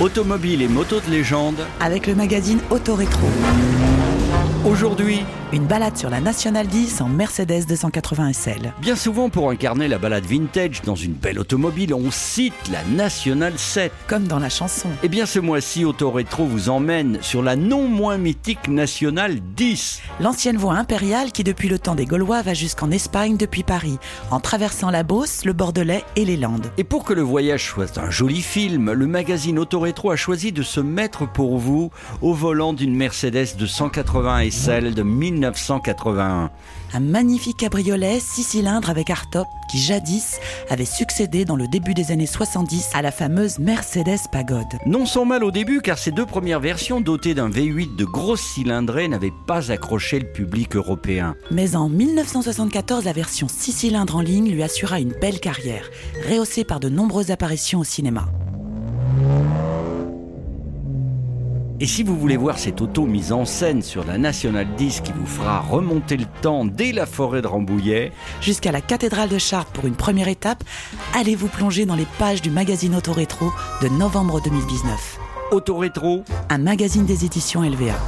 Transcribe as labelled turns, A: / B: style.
A: Automobiles et motos de légende,
B: avec le magazine Autorétro.
A: aujourd'hui,
B: Une balade sur la Nationale 10 en Mercedes 280 SL.
A: bien souvent pour incarner la balade vintage dans une belle automobile, on cite la Nationale 7.
B: Comme dans la chanson.
A: Eh bien ce mois-ci, Autorétro vous emmène sur la non moins mythique Nationale 10.
B: L'ancienne voie impériale qui, depuis le temps des Gaulois, va jusqu'en Espagne depuis Paris, en traversant la Beauce, le Bordelais et les Landes.
A: Et pour que le voyage soit un joli film, le magazine Autorétro a choisi de se mettre pour vous au volant d'une Mercedes de 180 SL de 1981.
B: Un magnifique cabriolet, 6 cylindres avec hardtop, qui jadis avait succédé dans le début des années 70 à la fameuse Mercedes Pagode.
A: Non sans mal au début car ces deux premières versions dotées d'un V8 de grosse cylindrée n'avaient pas accroché le public européen.
B: Mais en 1974, la version 6 cylindres en ligne lui assura une belle carrière, rehaussée par de nombreuses apparitions au cinéma.
A: Et si vous voulez voir cette auto mise en scène sur la Nationale 10 qui vous fera remonter le temps dès la forêt de Rambouillet,
B: Jusqu'à la cathédrale de Chartres pour une première étape, allez vous plonger dans les pages du magazine Autorétro de novembre 2019.
A: Autorétro,
B: Un magazine des éditions LVA.